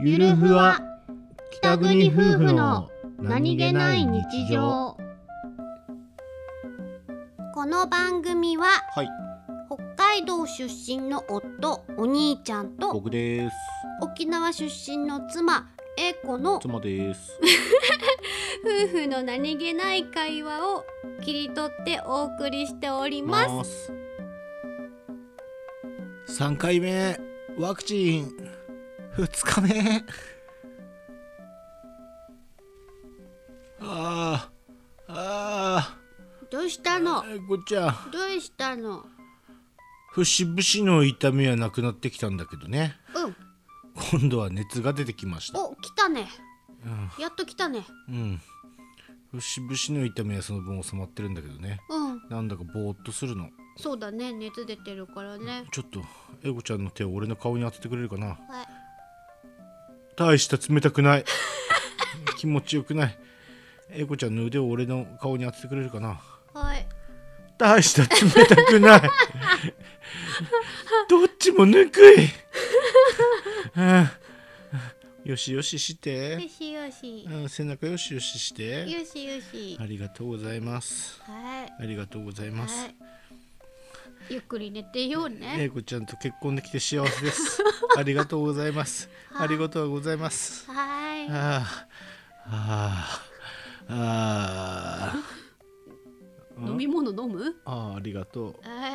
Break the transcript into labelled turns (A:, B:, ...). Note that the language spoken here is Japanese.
A: ゆるふわ北国夫婦の
B: この番組は
A: はい
B: 北海道出身の夫お兄ちゃんと
A: 僕です
B: 沖縄出身の妻英子の夫
A: 妻です
B: 婦の何気ない会話を切り取ってお送りしております
A: す三回目ワクチン二日目あああ
B: どうしたの
A: あごっちゃん
B: どうしたの
A: 節々の痛みはなくなってきたんだけどね
B: うん
A: 今度は熱が出てきました
B: お来たねやっと来たね
A: うん節々の痛みはその分収まってるんだけどね
B: うん
A: なんだかぼーっとするの
B: そうだね熱出てるからね
A: ちょっとエゴちゃんの手を俺の顔に当ててくれるかな
B: はい
A: 大した冷たくない 気持ちよくないエゴちゃんの腕を俺の顔に当ててくれるかな
B: はい
A: 大した冷たくないどっちもぬくいああよしよしして
B: よしよし
A: うん背中よしよしして
B: よしよし
A: ありがとうございます
B: はい
A: ありがとうござい
B: は
A: ます、
B: いゆっくり寝てようね
A: 英子ちゃんと結婚できて幸せですありがとうございますありがとうございます
B: は
A: あああああ
B: い飲み物飲む
A: ああああありがとう
B: は